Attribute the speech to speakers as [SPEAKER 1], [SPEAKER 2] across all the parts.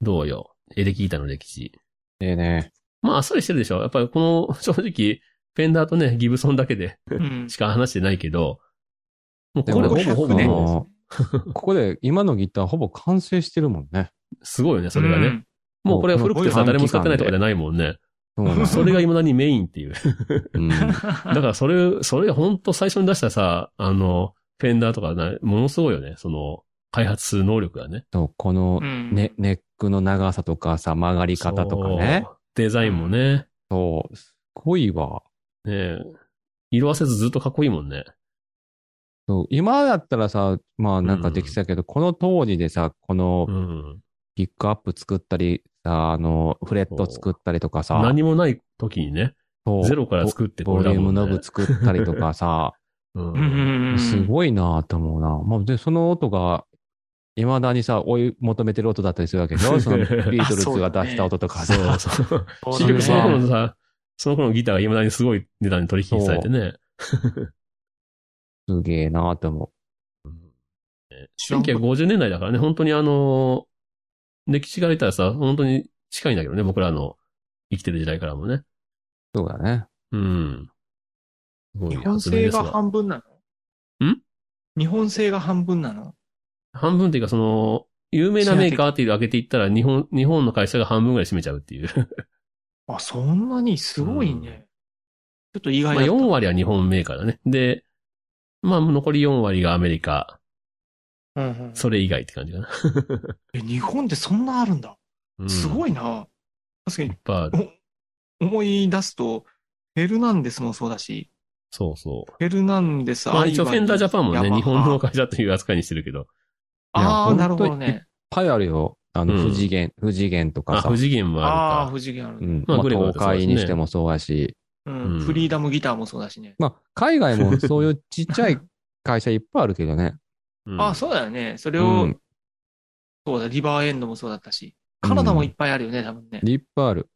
[SPEAKER 1] どうよ。エレキータの歴史。
[SPEAKER 2] ええね。
[SPEAKER 1] まあ、あっさりしてるでしょ。やっぱりこの、 正直、フェンダーとね、ギブソンだけで
[SPEAKER 3] うん
[SPEAKER 1] しか話してないけど、もう
[SPEAKER 2] で
[SPEAKER 1] こ
[SPEAKER 2] も
[SPEAKER 1] れほ
[SPEAKER 2] こ
[SPEAKER 1] ぼほ
[SPEAKER 2] れ
[SPEAKER 1] ぼ
[SPEAKER 3] ね
[SPEAKER 1] も
[SPEAKER 2] もうここで今のギターほぼ完成してるもんね。
[SPEAKER 1] う、すごいよね、それがね。
[SPEAKER 3] うん
[SPEAKER 1] もうこれ古くてさ、
[SPEAKER 2] もう
[SPEAKER 1] 誰も使ってないとかじゃないもんね。
[SPEAKER 2] そうなん だ
[SPEAKER 1] それが未だにメインって いう。
[SPEAKER 2] うん。
[SPEAKER 1] だからそれ、それほんと最初に出したさ、あの、フェンダーとかな、ものすごいよね。その、開発する能力がね。
[SPEAKER 2] そう、この
[SPEAKER 3] う、ん
[SPEAKER 2] ね、ネックの長さとかさ、曲がり方とかね
[SPEAKER 1] そ。う。デザインもね。
[SPEAKER 2] そう。すごいわ。
[SPEAKER 1] ねえ色あせずずっとかっこいいもんね。
[SPEAKER 2] そう今だったらさ、まあなんかできてたけど、この当時でさ、この
[SPEAKER 1] うん。
[SPEAKER 2] ピックアップ作ったり、さ、あの、フレット作ったりとかさ、
[SPEAKER 1] 何もない時にね、
[SPEAKER 2] そう
[SPEAKER 1] ゼロから作ってこ
[SPEAKER 2] ボ
[SPEAKER 1] れだ
[SPEAKER 2] リュー
[SPEAKER 1] も
[SPEAKER 2] ム
[SPEAKER 1] んね
[SPEAKER 2] ノブ作ったりとかさ、
[SPEAKER 1] うん
[SPEAKER 3] うんうんうん
[SPEAKER 2] すごいなと思うな。まあ、で、その音が、いまだにさ、追い求めてる音だったりするわけで しょそのビートルズが出した音とかさ。
[SPEAKER 1] そうそう。
[SPEAKER 3] そ
[SPEAKER 1] 結
[SPEAKER 3] うだね
[SPEAKER 1] 局その頃のさ、その頃のギターが未だにすごい値段に取引されてね。
[SPEAKER 2] すげえなと思
[SPEAKER 1] 1950年代だからね、本当にあの、歴史から言ったらさ、本当に近いんだけどね、僕らの生きてる時代からもね。
[SPEAKER 2] う。そうだね。
[SPEAKER 1] うん。すごい
[SPEAKER 3] 日本
[SPEAKER 1] 発明で
[SPEAKER 3] 製
[SPEAKER 1] すわ
[SPEAKER 3] が半分なの
[SPEAKER 1] ん
[SPEAKER 3] 日本製が半分なの
[SPEAKER 1] 半分っていうか、その、有名なメーカーっていうのを上げていったら、日本、日本の会社が半分ぐらい占めちゃうっていう。
[SPEAKER 3] あ、そんなにすごいね。ちょっと意
[SPEAKER 1] まあ
[SPEAKER 3] 外だった。
[SPEAKER 1] 4割は日本メーカーだね。で、まあ残り4割がアメリカ、
[SPEAKER 3] うんうん
[SPEAKER 1] それ以外って感じかな。
[SPEAKER 3] え、日本でそんなあるんだ。す
[SPEAKER 1] い。
[SPEAKER 3] ごいな。確かに
[SPEAKER 1] いっぱいある。
[SPEAKER 3] 思い出すと、フェルナンデスもそうだし、
[SPEAKER 1] そうそう。
[SPEAKER 3] フェルナンデス、
[SPEAKER 1] まあ一応フ
[SPEAKER 3] アイバニー
[SPEAKER 1] ェンダージャパンも
[SPEAKER 3] ヤ
[SPEAKER 1] ね、
[SPEAKER 3] マハ
[SPEAKER 1] 日本の会社という扱いにしてるけど。
[SPEAKER 3] あ
[SPEAKER 2] い
[SPEAKER 3] あ、
[SPEAKER 2] や
[SPEAKER 3] なるほどね。
[SPEAKER 2] パイあるよ。あの、
[SPEAKER 1] うん
[SPEAKER 2] 不次元、不次元とか
[SPEAKER 1] あ、
[SPEAKER 2] さ。
[SPEAKER 1] 不次元もあ
[SPEAKER 3] ああー、
[SPEAKER 1] るか。
[SPEAKER 3] 不次元ある
[SPEAKER 2] う
[SPEAKER 3] ね。
[SPEAKER 2] ん。
[SPEAKER 1] ま
[SPEAKER 2] ま
[SPEAKER 1] あ
[SPEAKER 2] あ、
[SPEAKER 1] グレーゴー
[SPEAKER 2] 東
[SPEAKER 1] とかそうですね
[SPEAKER 2] 海にしてもそうやし。
[SPEAKER 3] うん
[SPEAKER 1] うん
[SPEAKER 3] フリーダムギターもそうだしね。
[SPEAKER 2] まあ、海外もそういうちっちゃ い会社いっぱいあるけどね。
[SPEAKER 1] うん
[SPEAKER 3] ああ、そうだよね。それ
[SPEAKER 2] う
[SPEAKER 3] を、
[SPEAKER 2] ん。
[SPEAKER 3] そうだ、リバーエンドもそうだったし。カナダもいっぱいあるよね、多分ね。
[SPEAKER 2] いっぱいある。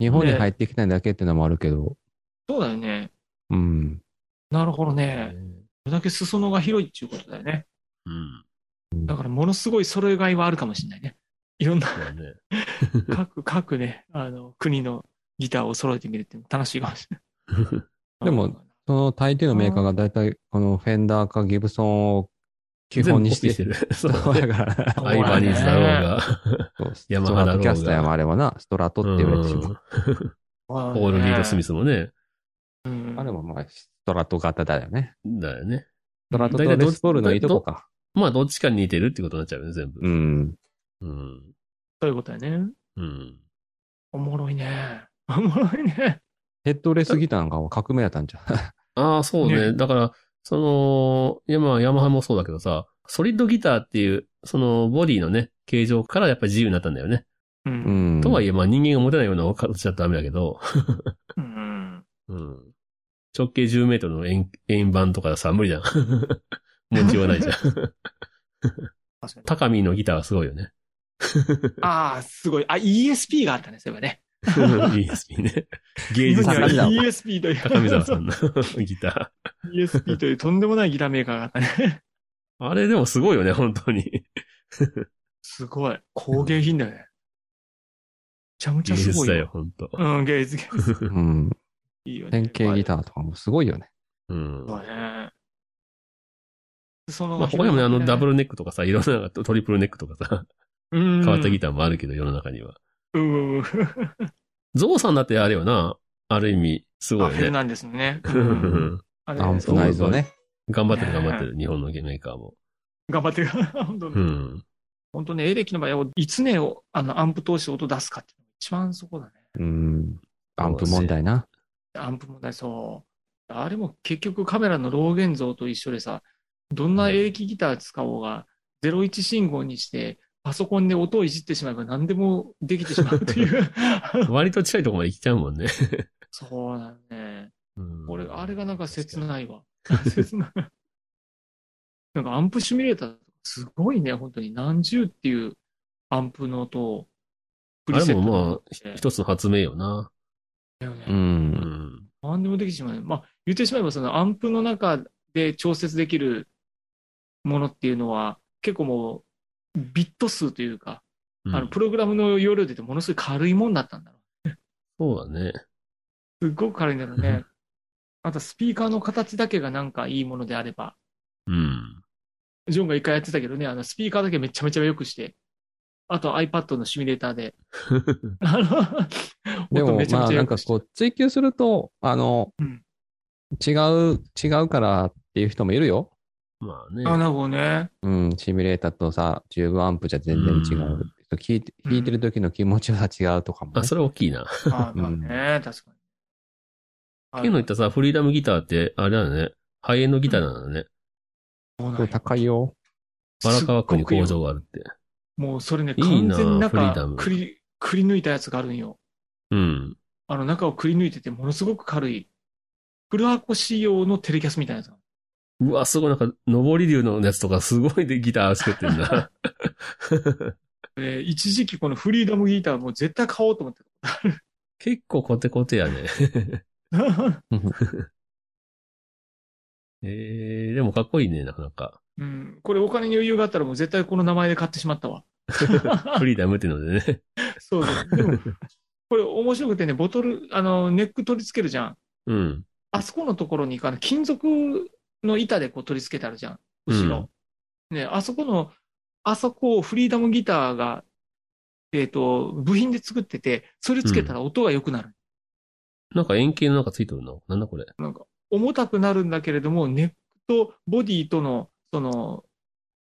[SPEAKER 2] 日本に入ってきないだけってのもあるけど。
[SPEAKER 3] そうだよね。
[SPEAKER 2] うん。
[SPEAKER 3] なるほどね。
[SPEAKER 1] う
[SPEAKER 3] それだけ裾野が広いっていうことだよね。
[SPEAKER 1] ん。
[SPEAKER 3] だから、ものすごい揃え買いはあるかもしれないね。いろんな
[SPEAKER 1] そうだね。
[SPEAKER 3] 各、各ね、あの、国のギターを揃えてみるっていうのも楽しいかもしれない。
[SPEAKER 2] でも、その大抵のメーカーがだいたいこのフェンダーかギブソンを基本にし
[SPEAKER 1] 全
[SPEAKER 2] て。
[SPEAKER 1] 部コピーしてる。
[SPEAKER 2] そうだから。
[SPEAKER 3] そう
[SPEAKER 1] アイバニーズだろうが、
[SPEAKER 2] そうス
[SPEAKER 1] ヤマ
[SPEAKER 2] ト
[SPEAKER 1] ハだ
[SPEAKER 2] ラ
[SPEAKER 1] ろう
[SPEAKER 2] ト
[SPEAKER 1] が
[SPEAKER 2] キャスターもあればな、ストラトって言われてしまう。
[SPEAKER 3] ポ
[SPEAKER 1] ポール・リード・スミ
[SPEAKER 3] ス。
[SPEAKER 1] スもね、
[SPEAKER 3] うん
[SPEAKER 2] あれもまあ、ストラト型だよね。
[SPEAKER 1] だよね。
[SPEAKER 2] ストラト
[SPEAKER 1] 大体
[SPEAKER 2] と
[SPEAKER 1] ど
[SPEAKER 2] レスポールのいいとこか。
[SPEAKER 1] まあどっちかに似てるってことになっちゃうよね、全部
[SPEAKER 2] う。ん。
[SPEAKER 1] うん。
[SPEAKER 3] そういうことだよね。
[SPEAKER 1] うん。
[SPEAKER 3] おもろいね。おもろいね。
[SPEAKER 2] ヘッドレスギターなんかは革命やったんじゃん。
[SPEAKER 1] ああ、そうね。だから、その、いやまあ、ヤマハもそうだけどさ、ソリッドギターっていう、その、ボディのね、形状からやっぱり自由になったんだよね。
[SPEAKER 2] う
[SPEAKER 3] う。
[SPEAKER 2] んん。
[SPEAKER 1] とはい
[SPEAKER 2] え。
[SPEAKER 1] え、まあ人間が持てないような形だとダメだけど、
[SPEAKER 3] うん。
[SPEAKER 1] うん。直径10メートルの円円盤とかさ、無理じゃ ん。持ちようないじゃん。
[SPEAKER 3] 確かに
[SPEAKER 1] 高見のギターはすごいよ ね。
[SPEAKER 3] ああ、すごい。あ、ESP があったね、そういえばね。
[SPEAKER 1] ESP ね。芸術
[SPEAKER 3] 日本には
[SPEAKER 1] の
[SPEAKER 3] ESP という。
[SPEAKER 1] 高見沢さんの ギタ
[SPEAKER 3] ESP というとんでもないギターメーカーがあっ たね。
[SPEAKER 1] ー。あれでもすごいよね、本当に。
[SPEAKER 3] すごい。工芸品だよね。めちゃめち
[SPEAKER 1] 芸
[SPEAKER 3] ゃす
[SPEAKER 1] 術
[SPEAKER 3] ごい。
[SPEAKER 1] だよ、。本当。
[SPEAKER 3] うん、芸術。
[SPEAKER 2] うん。
[SPEAKER 3] いいよね。
[SPEAKER 2] 変形ギターとかもすごいよね。
[SPEAKER 1] うん。
[SPEAKER 3] そうだね。その、
[SPEAKER 1] まあ、他にもね、あの、ダブルネックとかさ、いろんな、トリプルネックとかさ、
[SPEAKER 3] 変
[SPEAKER 1] 変わったギ
[SPEAKER 3] タ
[SPEAKER 1] ターもあるけど、世の中には。
[SPEAKER 3] ー。うんうん。
[SPEAKER 1] ゾウさんだってあれよな、ある意味、す
[SPEAKER 3] あ
[SPEAKER 1] ごい
[SPEAKER 3] フェル
[SPEAKER 1] よね。
[SPEAKER 3] ナンデスのね。う
[SPEAKER 1] うんん
[SPEAKER 3] あれ
[SPEAKER 2] アンプ内蔵ね。
[SPEAKER 1] 頑張ってる、頑張ってる、日本のゲームメーカーも。
[SPEAKER 3] 頑張ってる。本当に
[SPEAKER 1] うん。
[SPEAKER 3] 本当ね、エレキの場合は、いつね、あの、アンプ通して音出すかっていうのが一番そこだね。
[SPEAKER 2] うん。アンプ問題な。
[SPEAKER 3] アンプもね、そう。あれも結局カメラのロー現像と一緒でさ、どんなエレキギター使おうが、01信号にして、パソコンで音をいじってしまえば何でもできてしまうという。
[SPEAKER 1] 割と近いとこまで行っちゃうもんね。
[SPEAKER 3] そうだね。
[SPEAKER 1] うん
[SPEAKER 3] 俺、あれがなんか切。ないわ。切ない。なんかアンプシミュレーター、すごいね、本当に。何十っていうアンプの音を、プ
[SPEAKER 1] あれも
[SPEAKER 3] も
[SPEAKER 1] まあ、ひ一つの発明よな。
[SPEAKER 2] う。
[SPEAKER 1] うんん。
[SPEAKER 3] 何でもできてしまうね。まあ、言ってしまえば、そのアンプの中で調節できるものっていうのは、結構もう、ビット数というか、
[SPEAKER 1] うん
[SPEAKER 3] あの、プログラムの容量で言うとものすごい軽いもんだったんだろ
[SPEAKER 1] そうだね。
[SPEAKER 3] う。すっごく軽いんだろうね。あと、スピーカーの形だけがなんかいいものであれば。
[SPEAKER 1] うん。
[SPEAKER 3] ジョンが一回やってたけどね、あの、スピーカーだけめちゃめちゃ良くして。あと iPad のシミュレータ ーで。あの
[SPEAKER 2] で
[SPEAKER 3] 音
[SPEAKER 2] も
[SPEAKER 3] め、ちゃ
[SPEAKER 2] ま
[SPEAKER 3] め
[SPEAKER 2] あ、
[SPEAKER 3] ち
[SPEAKER 2] な
[SPEAKER 3] ゃ良
[SPEAKER 2] んか
[SPEAKER 3] くして
[SPEAKER 2] こう、追求すると、あの、
[SPEAKER 3] うん
[SPEAKER 2] 違う、違うからっていう人もいるよ。
[SPEAKER 1] まあね。
[SPEAKER 3] あ、なるほどね。
[SPEAKER 2] うん、シミュレーターとさ、10分アンプじゃ全然違う。聞いて、
[SPEAKER 3] うん
[SPEAKER 2] 弾いてる時の気持ちが違うとかも、ね
[SPEAKER 1] あ、それ大きいな。
[SPEAKER 3] あまあね、確かに。あ
[SPEAKER 1] ケンの言ったさ、フリーダムギターって、あれだよね。ハイエンドギターなんだね。
[SPEAKER 3] そうなん
[SPEAKER 2] そ
[SPEAKER 3] や
[SPEAKER 2] れ高いよ。
[SPEAKER 1] バラカワ区に工
[SPEAKER 3] すっごくよ
[SPEAKER 1] 場があるって。
[SPEAKER 3] もうそれね、
[SPEAKER 1] いい
[SPEAKER 3] 完
[SPEAKER 1] な
[SPEAKER 3] 全に
[SPEAKER 1] フリー
[SPEAKER 3] 中
[SPEAKER 1] ダム、
[SPEAKER 3] くり、くり抜いたやつがあるんよ。
[SPEAKER 1] うん。
[SPEAKER 3] あの中をくり抜いてて、ものすごく軽い。フル箱仕様のテレキャスみたいなやつが。
[SPEAKER 1] うわ、すごい、なんか、上り竜のやつとか、すごいでギター作ってん な。
[SPEAKER 3] えー一時期このフリーダムギターもう絶対買おうと思って
[SPEAKER 1] 結構コテコテやね。
[SPEAKER 3] た。
[SPEAKER 1] えー、でもかっこいいね、なかなか。
[SPEAKER 3] うん。これお金に余裕があったらもう絶対この名前で買ってしまったわ。
[SPEAKER 1] フリーダムっていうのでね。
[SPEAKER 3] そうそう。でも、これ面白くてね、ボトル、あの、ネック取り付けるじゃん。
[SPEAKER 1] うん。
[SPEAKER 3] あそこのところに、あの金属の板でこう取り付けてあるじゃん。後ろ。ね、あそこの、あそこをフリーダムギターが、えっ、と、部品で作ってて、それつけたら音が良くなる。
[SPEAKER 1] なんか円形のなんかついてるのなんだこれ。
[SPEAKER 3] 重たくなるんだけれども、ネックとボディとの、その、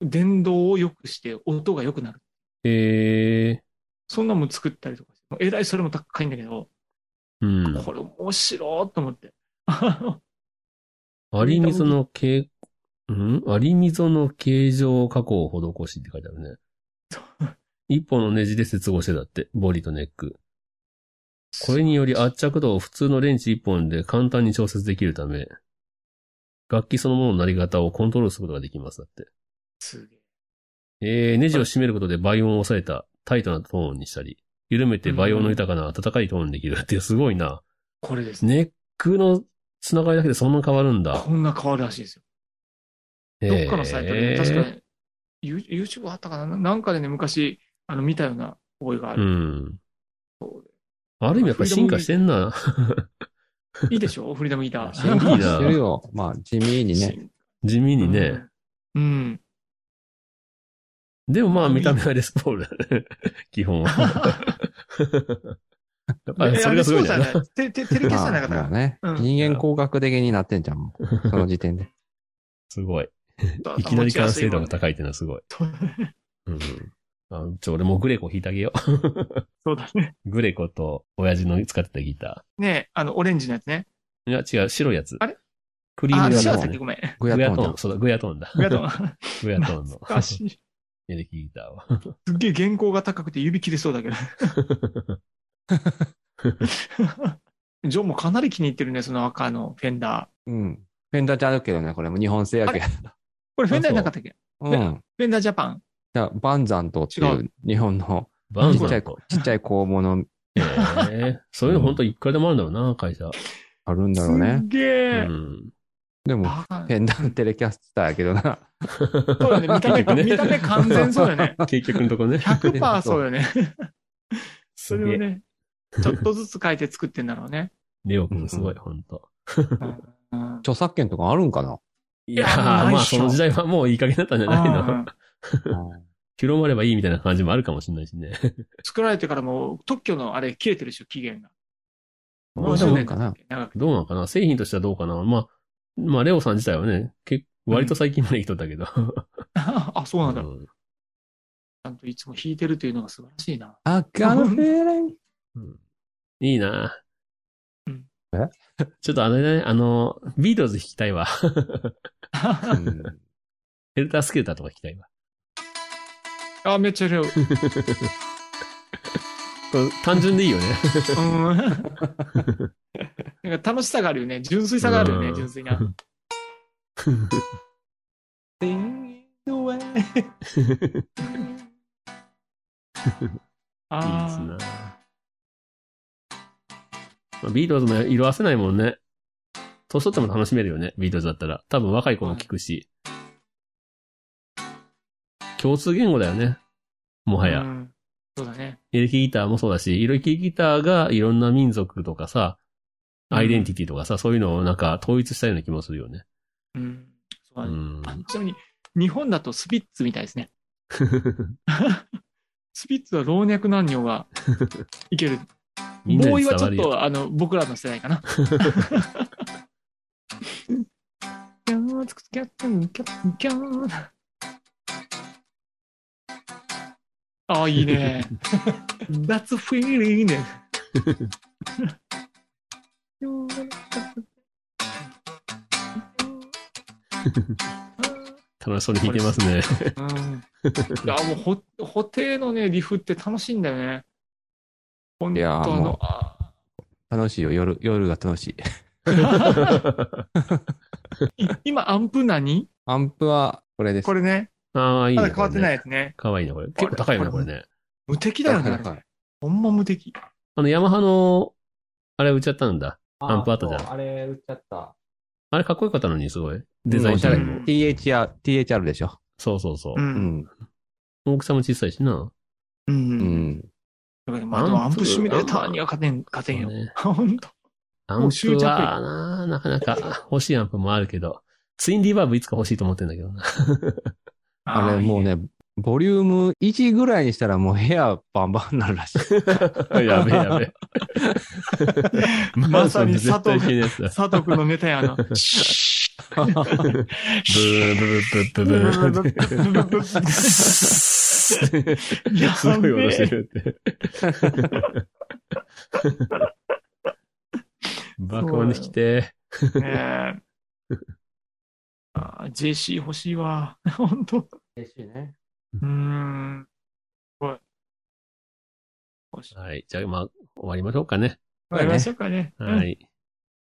[SPEAKER 3] 電動を良くして音が良くなる。
[SPEAKER 1] え
[SPEAKER 3] そんなもん作ったりとかして。えらいそれも高いんだけど、
[SPEAKER 1] ー、うん。
[SPEAKER 3] これ面白いと思って。 あの
[SPEAKER 1] アリミゾの形、うんアリミゾの形状加工を施しって書いてあるね。一本のネジで接合してたって、ボディとネック。これにより圧着度を普通のレンチ1本で簡単に調節できるため、楽器そのもののなり方をコントロールすることができます。だって。
[SPEAKER 3] すげえ。
[SPEAKER 1] えー、ネジを締めることで倍音を抑えたタイトなトーンにしたり、緩めて倍音の豊かな温かいトーンにできるってすごいな。
[SPEAKER 3] これですね。
[SPEAKER 1] ネックのつながりだけでそんな変わるんだ。
[SPEAKER 3] こんな変わるらしいですよ。どっかのサイトで、
[SPEAKER 1] えー
[SPEAKER 3] 確かに、ユー YouTube あったかななんかでね、昔、あの、見たような覚えがあ
[SPEAKER 1] う
[SPEAKER 3] る。
[SPEAKER 1] ん。ある意味やっぱ進化してんな。
[SPEAKER 3] いいでしょフリーダムギ タ
[SPEAKER 1] いい
[SPEAKER 3] ー。
[SPEAKER 2] 知ってる
[SPEAKER 1] な。
[SPEAKER 2] よ。まあ、地味にね。
[SPEAKER 1] 地味にね。。
[SPEAKER 3] うん。
[SPEAKER 1] でもまあ見た目はレスポールだね。 基本は。やっぱりそれがすごいんだよ
[SPEAKER 3] ね
[SPEAKER 1] な。。
[SPEAKER 3] テテテレキャスじゃなかった
[SPEAKER 2] まあ
[SPEAKER 3] か
[SPEAKER 2] もう
[SPEAKER 3] ら。
[SPEAKER 2] ね、
[SPEAKER 3] うん
[SPEAKER 2] 人間工学的になってんじゃん、もう。その時点で。
[SPEAKER 1] すごい。
[SPEAKER 3] そう
[SPEAKER 1] いきなり完成度が
[SPEAKER 3] 持ちや
[SPEAKER 1] 高いってのはすごい。
[SPEAKER 3] すいもんね
[SPEAKER 1] うん。あちょ、俺もうグレコ弾いてあげよ
[SPEAKER 3] そうだね。
[SPEAKER 1] う。グ レコと親父の使ってたギター。
[SPEAKER 3] ねあの、オレンジのやつね。
[SPEAKER 1] いや、違う、白いやつ。
[SPEAKER 3] あれ
[SPEAKER 1] クリー
[SPEAKER 3] あ、
[SPEAKER 1] ム
[SPEAKER 3] 違
[SPEAKER 1] 色
[SPEAKER 3] う
[SPEAKER 2] 白
[SPEAKER 1] の
[SPEAKER 2] やつ
[SPEAKER 3] だっ
[SPEAKER 1] ね、
[SPEAKER 3] けごめん。
[SPEAKER 2] グ
[SPEAKER 1] グ
[SPEAKER 2] ヤ
[SPEAKER 1] ヤ
[SPEAKER 2] ト
[SPEAKER 1] ト
[SPEAKER 2] ー
[SPEAKER 1] ー
[SPEAKER 2] ン
[SPEAKER 1] ン、そうだ、グヤトーンだ。
[SPEAKER 3] ありがとう。
[SPEAKER 1] グヤトーンの
[SPEAKER 3] 懐かしい。す
[SPEAKER 1] エレキギターは。
[SPEAKER 3] っげえ原稿が高くて指切れそうだ けど。ジョンもかなり気に入ってるね、その赤のフェンダー。
[SPEAKER 2] だ。うん。フェンダーじゃあるけどね、これも日本製やけど。
[SPEAKER 3] これフェンダーじゃなかったっけ
[SPEAKER 2] う。
[SPEAKER 3] そうんフェンダージャパン。
[SPEAKER 2] じゃあ、バンザントって
[SPEAKER 3] 違
[SPEAKER 2] いう日本の
[SPEAKER 1] バン
[SPEAKER 2] ち
[SPEAKER 1] ド
[SPEAKER 2] っちゃ
[SPEAKER 1] だ
[SPEAKER 2] い
[SPEAKER 1] と。、
[SPEAKER 2] ちっちゃい小物
[SPEAKER 1] えーそういうの本当いくらでもあるんだろうな、会社。
[SPEAKER 2] あるんだ
[SPEAKER 3] す
[SPEAKER 2] ろうね。
[SPEAKER 3] っげ
[SPEAKER 1] う
[SPEAKER 3] え。
[SPEAKER 1] ん。
[SPEAKER 2] でも、
[SPEAKER 3] バカ
[SPEAKER 2] フェンダーテレキャスターやけどな。
[SPEAKER 3] そうだね。見た
[SPEAKER 1] 結
[SPEAKER 3] 目、
[SPEAKER 1] 局ね
[SPEAKER 3] 見た目完全そうだね。
[SPEAKER 1] 結局のとこね。
[SPEAKER 3] 100%そうだね。そ
[SPEAKER 1] す
[SPEAKER 3] れ
[SPEAKER 1] げ
[SPEAKER 3] を
[SPEAKER 1] え。
[SPEAKER 3] ね、ちょっとずつ変えて作ってんだろうね。
[SPEAKER 1] レオ君すごい、本当
[SPEAKER 3] うん
[SPEAKER 2] 著作権とかあるんかな
[SPEAKER 1] い
[SPEAKER 3] や
[SPEAKER 1] やー、
[SPEAKER 3] ない
[SPEAKER 1] ま
[SPEAKER 3] っ
[SPEAKER 1] あ
[SPEAKER 3] し
[SPEAKER 1] そ
[SPEAKER 3] ょ
[SPEAKER 1] の時代はもういい加減だったんじゃ ないの
[SPEAKER 3] うん
[SPEAKER 2] うん
[SPEAKER 1] 広まればいいみたいな感じもあるかもしれないしね。
[SPEAKER 3] 作られてからもう特許のあれ切れてるでしょ、期限が。
[SPEAKER 1] まあ
[SPEAKER 2] で
[SPEAKER 1] で
[SPEAKER 2] も
[SPEAKER 1] も
[SPEAKER 2] なんかな。
[SPEAKER 3] 長く。
[SPEAKER 1] どうなのかな製品としてはどうかなまあ、まあ、レオさん自体はね、結割と最近まで生きとったけど。
[SPEAKER 3] あ、そうなんだ。ち
[SPEAKER 1] う
[SPEAKER 3] ゃんといつも弾いてるというのが素晴らしいな。
[SPEAKER 2] あ、ガルフェーレン。
[SPEAKER 1] んいいな
[SPEAKER 3] うん
[SPEAKER 2] え
[SPEAKER 1] ちょっとあれね、あの、ビートルズ弾きたいわ。ヘルタースケルターとか弾きたいわ。
[SPEAKER 3] あ、めっちゃ量。うん。
[SPEAKER 1] これ単純でいいよね。
[SPEAKER 3] なん か楽しさがあるよね。純粋さがあるよ
[SPEAKER 1] う
[SPEAKER 3] ね、
[SPEAKER 1] ん
[SPEAKER 3] 純粋な。
[SPEAKER 1] いいで
[SPEAKER 3] あ
[SPEAKER 1] す
[SPEAKER 3] ー
[SPEAKER 1] な。まあビートルズも色褪せないもんね。年取っても楽しめるよね、ビートルズだったら。多分若い子も聞くし。共通言語だよね。もは
[SPEAKER 3] う
[SPEAKER 1] や。
[SPEAKER 3] んそうだね。
[SPEAKER 1] エレキギターもそうだし、エレキギターがいろんな民族とかさ、
[SPEAKER 3] うん
[SPEAKER 1] アイデンティティとかさ、そういうのをなんか統一したような気もするよね。
[SPEAKER 3] うん。そう
[SPEAKER 1] う
[SPEAKER 3] だね
[SPEAKER 1] ん。
[SPEAKER 3] あちなみに、日本だとスピッツみたいですね。スピッツは老若男女がいける。
[SPEAKER 1] みんな
[SPEAKER 3] ボー
[SPEAKER 1] に
[SPEAKER 3] イ
[SPEAKER 1] 伝
[SPEAKER 3] はち
[SPEAKER 1] わ
[SPEAKER 3] ょっ
[SPEAKER 1] るよ。
[SPEAKER 3] と、あの、僕らの世 代かな。キャーつくつキャッキャンキャッキャンああ、いいね。That's feeling ね。
[SPEAKER 1] 楽しそうに弾いてますね。
[SPEAKER 3] うん、いやもうほ、布袋のね、リフって楽しいんだよね。本
[SPEAKER 2] い
[SPEAKER 3] 当
[SPEAKER 2] やー
[SPEAKER 3] あ
[SPEAKER 2] もう
[SPEAKER 3] の、あ
[SPEAKER 2] 楽しいよ、夜、夜が楽しい。
[SPEAKER 3] い 今、アンプ何
[SPEAKER 2] アンプはこれです。
[SPEAKER 3] これね、
[SPEAKER 1] ああ、いいね。
[SPEAKER 3] まだ変わってない
[SPEAKER 1] い。
[SPEAKER 3] やつね。
[SPEAKER 1] かわいいな、これ。結構高いよね、これね。
[SPEAKER 3] 無敵だよ
[SPEAKER 2] はい
[SPEAKER 3] ね
[SPEAKER 2] はい。はい
[SPEAKER 3] ほんま無敵。
[SPEAKER 1] あの、ヤマハの、あれ売っちゃったんだ。アンプあったじゃん
[SPEAKER 2] そうあれ、売っちゃった。
[SPEAKER 1] あれかっこよかったのに、すごい。デザインしたら、
[SPEAKER 3] う
[SPEAKER 1] うん
[SPEAKER 2] THR、THR でしょ。
[SPEAKER 1] そうそうそう
[SPEAKER 3] う。。
[SPEAKER 2] うんん。
[SPEAKER 1] 大きさも小さいしな。
[SPEAKER 3] う
[SPEAKER 2] う
[SPEAKER 3] ん。うん
[SPEAKER 2] ん。
[SPEAKER 3] だからまあ、でもアンプシミュレーターには勝てん、勝てんよ。
[SPEAKER 1] そうね
[SPEAKER 3] ほんと。
[SPEAKER 1] ア
[SPEAKER 3] も
[SPEAKER 1] ン
[SPEAKER 3] う終
[SPEAKER 1] プ
[SPEAKER 3] 着
[SPEAKER 1] はな、なかなか欲しいアンプもあるけど、ツインリバーブいつか欲しいと思ってんだけどな。
[SPEAKER 2] あれもう
[SPEAKER 3] ね。
[SPEAKER 2] ね、ボリューム1ぐらいにしたらもう部屋バンバンになるらしい。
[SPEAKER 1] やべえやべえ。
[SPEAKER 3] まさに佐藤
[SPEAKER 1] マンションで絶対いけないやつだ。
[SPEAKER 3] 佐藤君のネタやな。
[SPEAKER 1] ブーブーブーブーブーブー。すごい音してるって。爆音に来て。
[SPEAKER 3] ねえあー JC 欲しいわ。本当。
[SPEAKER 2] 嬉しいね。
[SPEAKER 3] うーん。すごい。欲しい。
[SPEAKER 1] はい。じゃあ、まあ、終わりましょうかね。
[SPEAKER 3] わかりましょうかね。うん
[SPEAKER 1] はい。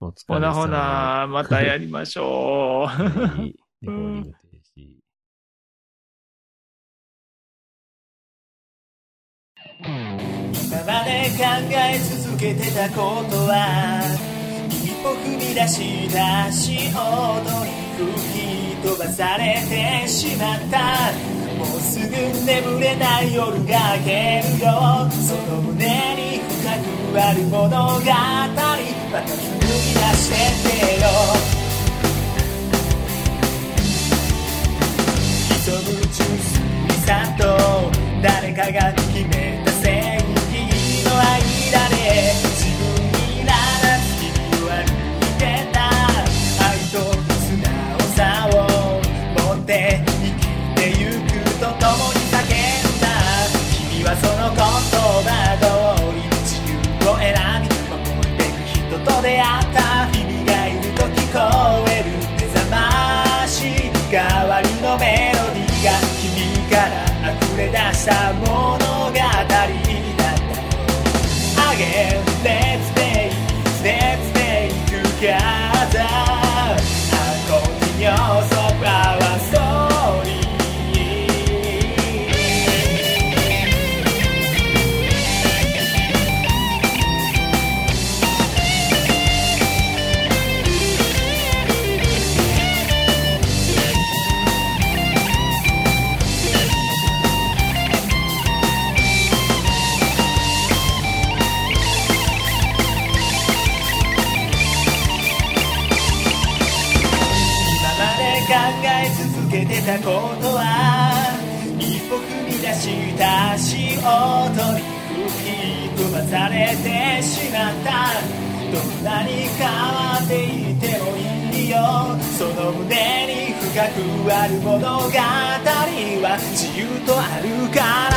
[SPEAKER 1] お疲れ
[SPEAKER 3] ほな
[SPEAKER 1] 様。
[SPEAKER 3] ほな、またやりましょう。
[SPEAKER 1] はい。レコーディング停止。
[SPEAKER 4] 今まで考え続けてたことは一歩踏み出した足音に吹き飛ばされてしまったもうすぐ眠れない夜が明けるよその胸に深くある物語また紡ぎ出してってよ急ぐ中枢にさっと誰かが決めた正義の間で自分にならず君は見てた愛と素直さを持って生きてゆくと共に叫んだ君はその言葉通り自由を選び守ってく人と出会った君がいると聞こえる目覚まし代わりのメロディーが君から溢れ出した物語だったよ Again, let's make, let's make together A continuous of our story 今まで考え続けてたことは一歩踏み出した足音に吹き飛ばされてしまったどんなに変わっていてもいいよその胸に深くある物語は自由とあるから